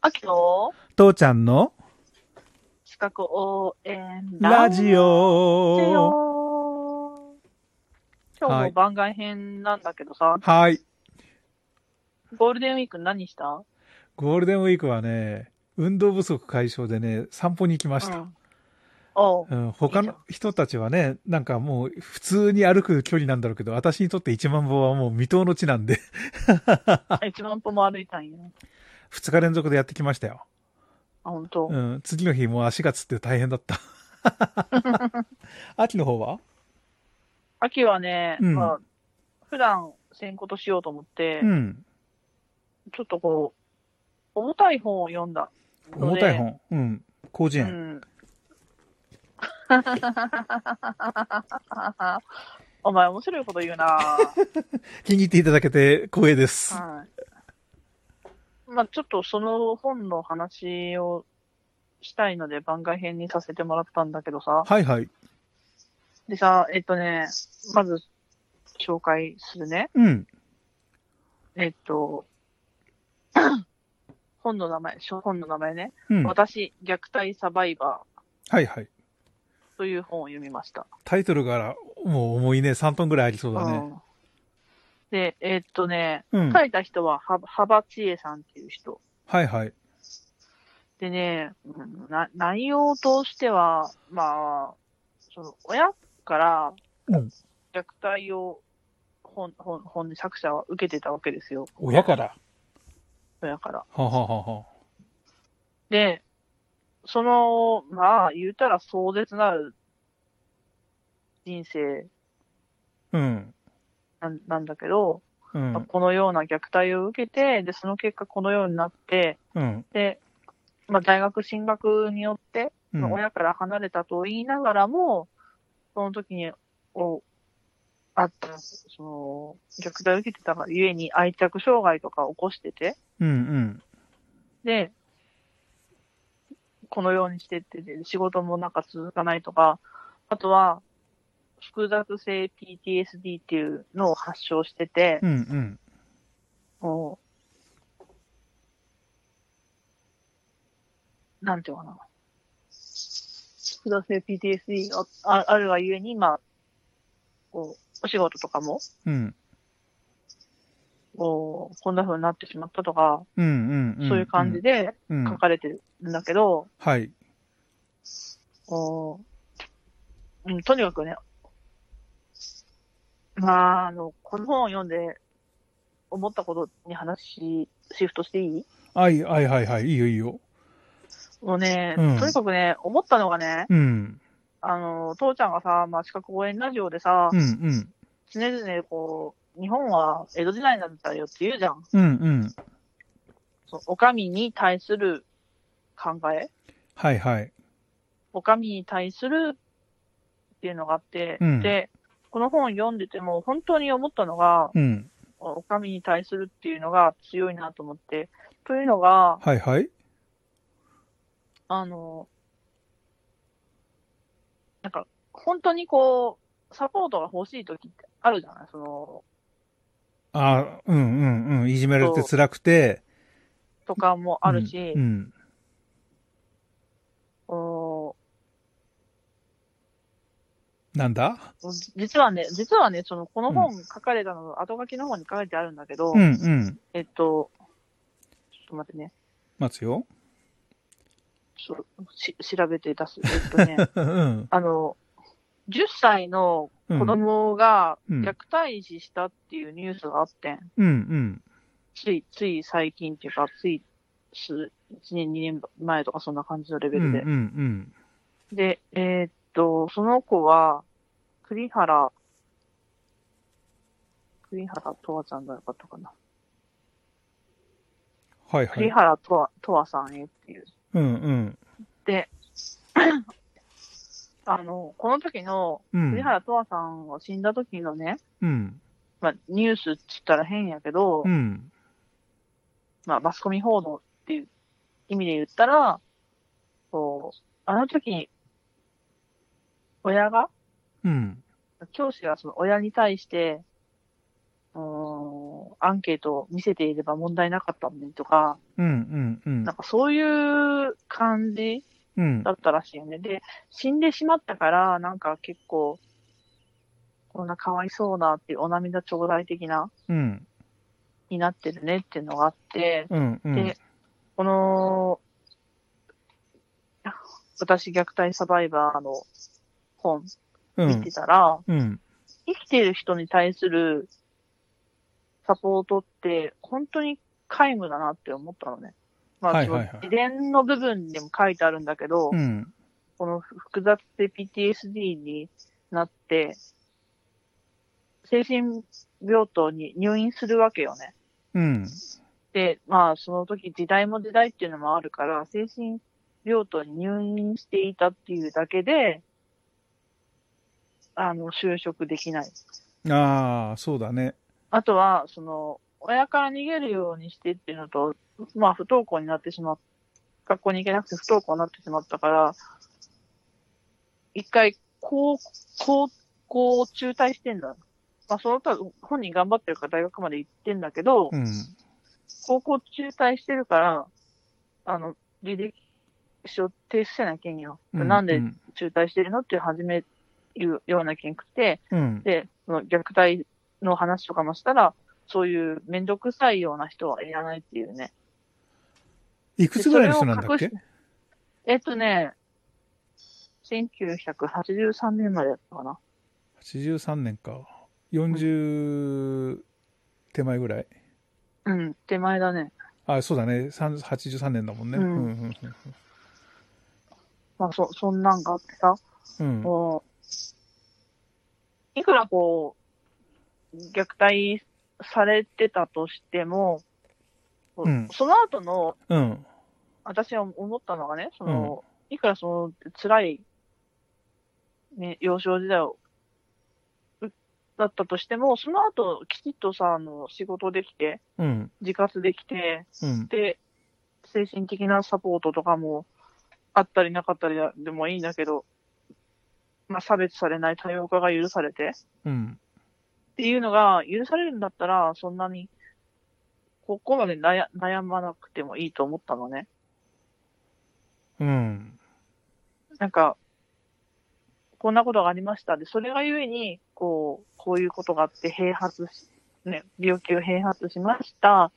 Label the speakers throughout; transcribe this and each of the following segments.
Speaker 1: あきと
Speaker 2: 父ちゃんの
Speaker 1: 資格応援
Speaker 2: ラジ
Speaker 1: ラジ
Speaker 2: オ。
Speaker 1: オ今日
Speaker 2: は
Speaker 1: も
Speaker 2: い
Speaker 1: 番外編なんだけどさ、
Speaker 2: はい。
Speaker 1: ゴールデンウィーク何した
Speaker 2: ゴールデンウィークはね、運動不足解消でね、散歩に行きまし
Speaker 1: う
Speaker 2: た。
Speaker 1: んおう
Speaker 2: うん、他の人たちはね、なんかもう普通に歩く距離なんだろうけど、私にとって1万歩はもう未踏の地なんで、
Speaker 1: 一万歩も歩いたんや。
Speaker 2: 2日連続でやってきましたよ。
Speaker 1: あ、ほんと。
Speaker 2: うん、次の日もう足がつって大変だった。秋の方は
Speaker 1: 秋はね、
Speaker 2: うん
Speaker 1: まあ、普段せんことしようと思って、
Speaker 2: うん。
Speaker 1: ちょっとこう、重たい本を読んだ。
Speaker 2: 重たい本。うん。広辞
Speaker 1: う
Speaker 2: 苑。
Speaker 1: ん。 お前面白いこと言うなぁ。
Speaker 2: 気に入っていただけて光栄です。
Speaker 1: はい。まあちょっとその本の話をしたいので番外編にさせてもらったんだけどさ。
Speaker 2: はいはい。
Speaker 1: でさ、えっとね、まず紹介するね。
Speaker 2: うん。
Speaker 1: えっと、 本の名前、書本の名前ね。
Speaker 2: うん。は
Speaker 1: 私、虐待サバイバ
Speaker 2: いはい。
Speaker 1: ーという本を読みました。
Speaker 2: タイトルからもう重いね、3トンぐらいありそうだ
Speaker 1: う
Speaker 2: ね。
Speaker 1: んで、えっとね、
Speaker 2: うん。
Speaker 1: 書いた人は、は幅千恵さんっていう人。
Speaker 2: はいはい。
Speaker 1: でね、うんな内容としては、まあ、その親から
Speaker 2: うん
Speaker 1: 虐待を本、本、本で作者は受けてたわけですよ。
Speaker 2: 親から。は
Speaker 1: 親から。
Speaker 2: あ、はあはあはあ、
Speaker 1: で、その、まあ、言うたら壮絶なる人生
Speaker 2: うん。
Speaker 1: なんなんだけど、
Speaker 2: う
Speaker 1: まあ
Speaker 2: ん。
Speaker 1: このような虐待を受けて、で、その結果このようになって、
Speaker 2: うん。
Speaker 1: で、まあ、大学進学によって、
Speaker 2: う
Speaker 1: まあ
Speaker 2: ん。
Speaker 1: 親から離れたと言いながらも、その時におあった、その、虐待を受けてたがゆえに愛着障害とかを起こしてて、
Speaker 2: うん。うん。
Speaker 1: で、このようにしてってて、仕事もなんか続かないとか、あとは、複雑性 PTSD っていうのを発症してて、
Speaker 2: うん。うん。
Speaker 1: もう、なんていうのかな。複雑性 PTSD がああるがゆえに、今、こう、お仕事とかも、
Speaker 2: うん。
Speaker 1: こう、こんな風になってしまったとか、
Speaker 2: うん。うん。
Speaker 1: そういう感じで
Speaker 2: うん。う
Speaker 1: 書
Speaker 2: ん。
Speaker 1: かれてるんだけど、
Speaker 2: はい。
Speaker 1: こう、うん、とにかくね、まあ、あの、この本を読んで、思ったことに話、シフトしていい
Speaker 2: はい、はい、はい、はい。いいよ、いいよ。
Speaker 1: もうね、
Speaker 2: うん
Speaker 1: とにかくね、思ったのがね、
Speaker 2: うん。
Speaker 1: あの、父ちゃんがさ、まあ、資格応援ラジオでさ、
Speaker 2: うん。うん。
Speaker 1: 常々こう、日本は江戸時代なんだよって言うじゃん。
Speaker 2: うん。うん。
Speaker 1: そのお上に対する考え、
Speaker 2: はい、はい。
Speaker 1: お上に対するっていうのがあって、
Speaker 2: うん
Speaker 1: で、この本読んでても本当に思ったのが、
Speaker 2: うん。
Speaker 1: お上に対するっていうのが強いなと思って、というのが、
Speaker 2: はい、はい。
Speaker 1: あの、なんか、本当にこう、サポートが欲しい時ってあるじゃないその、
Speaker 2: ああ、うん、うん、うん。いじめられて辛くて。
Speaker 1: とかもあるし、
Speaker 2: うん。
Speaker 1: お
Speaker 2: なんだ
Speaker 1: ー実はね、実はね、その、この本書かれたの、後書きの方に書いてあるんだけど、
Speaker 2: うん、うん。
Speaker 1: えっと、ちょっと待ってね、
Speaker 2: 待つよ。
Speaker 1: ちょし調べて出 す。えっとね、
Speaker 2: うん。
Speaker 1: あの、10歳の
Speaker 2: うん。
Speaker 1: 子
Speaker 2: うん、
Speaker 1: 供が
Speaker 2: うん
Speaker 1: 虐待死したっていうニュースがあってん、
Speaker 2: うん。
Speaker 1: つい、つい最近っていうか、つい数、1年、2年前とかそんな感じのレ
Speaker 2: う
Speaker 1: ベ
Speaker 2: ん、う
Speaker 1: ルで。、
Speaker 2: んうん。
Speaker 1: で、えーっと、その子は、栗原、栗原とわちゃんだよかったかな。
Speaker 2: はい、は
Speaker 1: 栗
Speaker 2: い。
Speaker 1: 原とわ、とわさんへっていう。
Speaker 2: うん、うん。
Speaker 1: で、あの、この時の
Speaker 2: うん。
Speaker 1: 栗原とわさんが死んだ時のね、
Speaker 2: うん。
Speaker 1: まあ、ニュースっつったら変やけど、
Speaker 2: うん。
Speaker 1: まあ、マスコミ報道っていう意味で言ったら、こう、あの時に、親が、
Speaker 2: うん。
Speaker 1: 教師がその親に対して、うーん、アンケートを見せていれば問題なかったのにとか、
Speaker 2: うん、うん、
Speaker 1: なんかそういう感じ
Speaker 2: うん。
Speaker 1: だったらしいよね。で、死んでしまったから、なんか結構、こんなかわいそうなっていうお涙頂戴的な、
Speaker 2: うん、
Speaker 1: になってるねっていうのがあって、
Speaker 2: うん、うん
Speaker 1: で。この、私虐待サバイバーの本
Speaker 2: う
Speaker 1: 見
Speaker 2: ん
Speaker 1: て、たら、
Speaker 2: うん。
Speaker 1: 生きている人に対するサポートって本当に皆無だなって思ったのね。まあ、
Speaker 2: はいはいはい
Speaker 1: その自伝の部分でも書いてあるんだけど、
Speaker 2: うん、
Speaker 1: この複雑で PTSD になって、精神病棟に入院するわけよね。
Speaker 2: うん、
Speaker 1: で、まあその時時代も時代っていうのもあるから、精神病棟に入院していたっていうだけで、あの、就職できない。
Speaker 2: ああ、そうだね。
Speaker 1: あとは、その、親から逃げるようにしてっていうのと、まあ不登校になってしまっ、学校に行けなくて不登校になってしまったから、一回、高、高校を中退してんだ。まあその他、本人頑張ってるから大学まで行ってんだけど、
Speaker 2: うん、
Speaker 1: 高校中退してるから、あの、履歴書提出せなきゃいけんよ。
Speaker 2: うん。
Speaker 1: なん
Speaker 2: う
Speaker 1: で
Speaker 2: ん
Speaker 1: 中退してるのって初め言うような件くて、
Speaker 2: うん、
Speaker 1: で、その虐待の話とかもしたら、そういうめんどくさいような人はいらないっていうね。
Speaker 2: いく
Speaker 1: で
Speaker 2: つぐらいの人なんだっ
Speaker 1: それ
Speaker 2: け
Speaker 1: を隠しえっとね、1983年までだったかな。
Speaker 2: ?83 年か。40手前ぐらい。
Speaker 1: うん、手前だね。
Speaker 2: あそうだね。3 83年だもんね。う
Speaker 1: うんん、
Speaker 2: うん、
Speaker 1: まあ、そ、そんなんがあってさ、
Speaker 2: うん。うん
Speaker 1: もう、いくらこう、虐待されてたとしても、
Speaker 2: うん
Speaker 1: その後の、
Speaker 2: うん、
Speaker 1: 私は思ったのがね、その、いくらその辛い、ね、幼少時代を、うだったとしても、その後、きちっとさ、あの、仕事できて、
Speaker 2: うん、
Speaker 1: 自活できて、
Speaker 2: うん。
Speaker 1: で、精神的なサポートとかも、あったりなかったりでもいいんだけど、まあ、差別されない多様化が許されて、
Speaker 2: うん、
Speaker 1: っていうのが許されるんだったら、そんなに、ここまで悩悩まなくてもいいと思ったのね。
Speaker 2: うん、
Speaker 1: なんか、こんなことがありましたで、それがゆえに、こう、こういうことがあって、併発し、ね、病気を併発しました。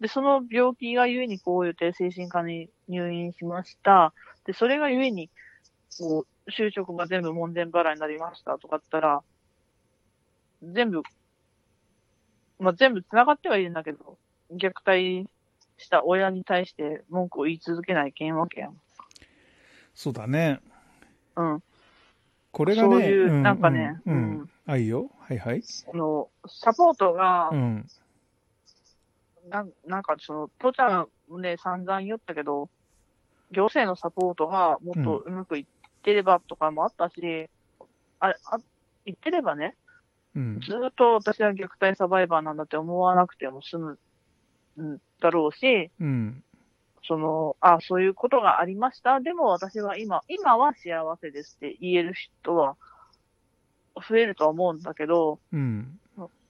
Speaker 1: で、その病気がゆえに、こういうて精神科に入院しました。で、それがゆえに、こう、就職が全部門前払いになりましたとかって言ったら、全部、まあ、全部繋がってはいるんだけど、虐待した親に対して文句を言い続けないけんわけやん。
Speaker 2: そうだね。
Speaker 1: うん。
Speaker 2: これがね、
Speaker 1: そういう
Speaker 2: う
Speaker 1: なんかね
Speaker 2: うん、うん
Speaker 1: うん
Speaker 2: あ、いいよ。はいはい。
Speaker 1: あの、サポートが
Speaker 2: う、ん、
Speaker 1: なんなんかその、父ちゃんもね、散々言ったけど、行政のサポートがもっとうまくいってればとかもあったし、あれ、あ、言ってればね、
Speaker 2: うん、
Speaker 1: ずっと私は虐待サバイバーなんだって思わなくても済む、うん、だろうし、
Speaker 2: うん、
Speaker 1: その、あそういうことがありました。でも私は今、今は幸せですって言える人は増えるとは思うんだけど、
Speaker 2: うん、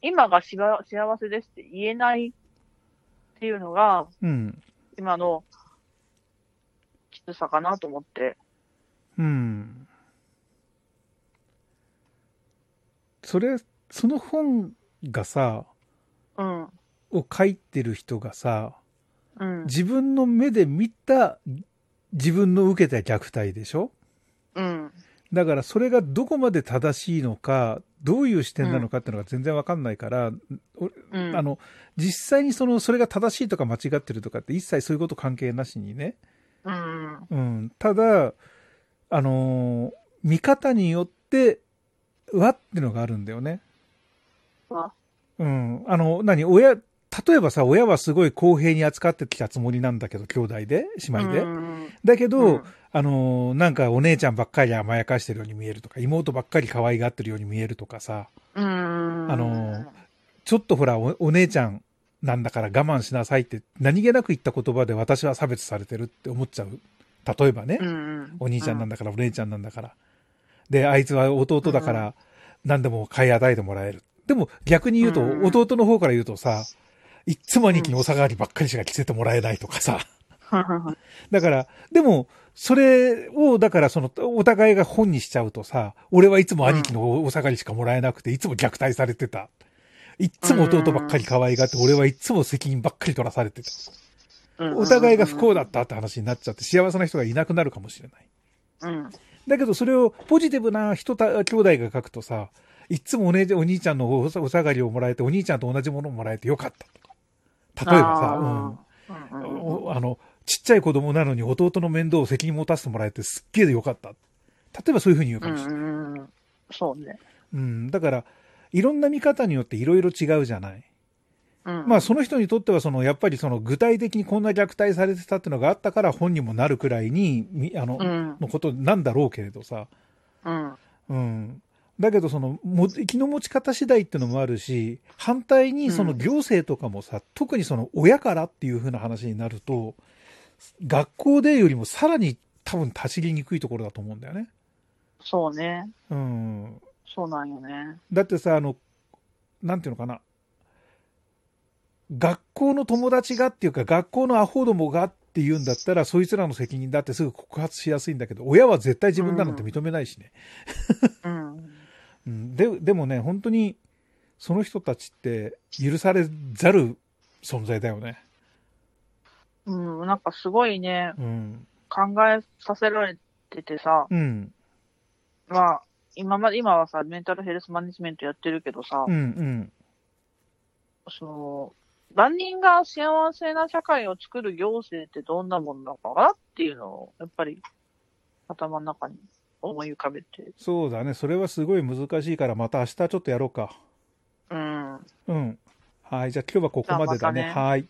Speaker 1: 今がしば幸せですって言えないっていうのが、
Speaker 2: うん、
Speaker 1: 今のきつさかなと思って。
Speaker 2: うん。それ、その本がさ、
Speaker 1: うん。
Speaker 2: を書いてる人がさ、
Speaker 1: うん。
Speaker 2: 自分の目で見た自分の受けた虐待でしょ
Speaker 1: うん。
Speaker 2: だからそれがどこまで正しいのか、どういう視点なのかっていうのが全然わかんないから、
Speaker 1: うん。
Speaker 2: あの、実際にその、それが正しいとか間違ってるとかって一切そういうこと関係なしにね。
Speaker 1: うん。
Speaker 2: うん。ただ、あのー見方によって、はってのがあるんだよね。
Speaker 1: わ
Speaker 2: うん。あの、何親、例えばさ、親はすごい公平に扱ってきたつもりなんだけど、兄弟で、姉妹で。
Speaker 1: うん
Speaker 2: だけど、
Speaker 1: うん
Speaker 2: あのーなんかお姉ちゃんばっかり甘やかしてるように見えるとか、妹ばっかり可愛がってるように見えるとかさ、
Speaker 1: うん。
Speaker 2: あのちょっとほらお、お姉ちゃんなんだから我慢しなさいって、何気なく言った言葉で私は差別されてるって思っちゃう。例えばね、
Speaker 1: うん。
Speaker 2: お兄ちゃんなん
Speaker 1: だ。
Speaker 2: だから、お姉ちゃんなんだから。で、あいつは弟だから、何でも買い与えてもらえる。でも逆に言うと、
Speaker 1: うん
Speaker 2: 弟の方から言うとさ、いっつも兄貴にお下がりばっかりしか着せてもらえないとかさ。 だから、でも、それを、だからその、お互いが本にしちゃうとさ、俺はいつも兄貴のお下がりしかもらえなくて、いつも虐待されてた。いっつも弟ばっかり可愛がって、俺はいっつも責任ばっかり取らされてた。お互いが不幸だっ。たって話になっちゃって、幸せな人がいなくなるかもしれない。
Speaker 1: うん。
Speaker 2: だけど、それをポジティブな人た、兄弟が書くとさ、いっつもお姉ちゃん、お兄ちゃんのおお下がりをもらえて、お兄ちゃんと同じものをもらえてよかったとか。例えばさ、うん。
Speaker 1: さ、うんうんうん
Speaker 2: おあの、ちっちゃい子供なのに弟の面倒を責任持たせてもらえてすっげえよかった。例えばそういうふうに言うか
Speaker 1: う
Speaker 2: もしれない。
Speaker 1: んうん。そうね。
Speaker 2: うん、だから、いろんな見方によっていろいろ違うじゃない。
Speaker 1: うん。
Speaker 2: まあその人にとってはその、やっぱりその具体的にこんな虐待されてたってのがあったから本にもなるくらいに、みあの、
Speaker 1: うん。
Speaker 2: のことなんだろうけれどさ。
Speaker 1: うん。
Speaker 2: うん。だけどその、も、気の持ち方次第ってのもあるし、反対にその
Speaker 1: うん
Speaker 2: 行政とかもさ、特にその親からっていう風な話になると、学校でよりもさらに多分立ち入りにくいところだと思うんだよね。
Speaker 1: そうね。
Speaker 2: うん。
Speaker 1: そうなんよね。
Speaker 2: だってさ、あの、なんていうのかな。学校の友達がっていうか、学校のアホどもがっていうんだったら、そいつらの責任だってすぐ告発しやすいんだけど、親は絶対自分だなんて認めないしね。
Speaker 1: うん。
Speaker 2: うんででもね、本当にその人たちって許されざる存在だよね。
Speaker 1: うん。なんかすごいね、
Speaker 2: うん。
Speaker 1: 考えさせられててさ、
Speaker 2: うん。
Speaker 1: まあ、今まで、今はさ、メンタルヘルスマネジメントやってるけどさ
Speaker 2: うん。う、ん。
Speaker 1: その、万人が幸せな社会を作る行政ってどんなもんなのかなっていうのを、やっぱり、頭の中に思い浮かべて。
Speaker 2: そうだね。それはすごい難しいから、また明日ちょっとやろうか。
Speaker 1: うん。
Speaker 2: うん。はい。じゃあ今日はここまでだね。
Speaker 1: じゃあまた
Speaker 2: はい。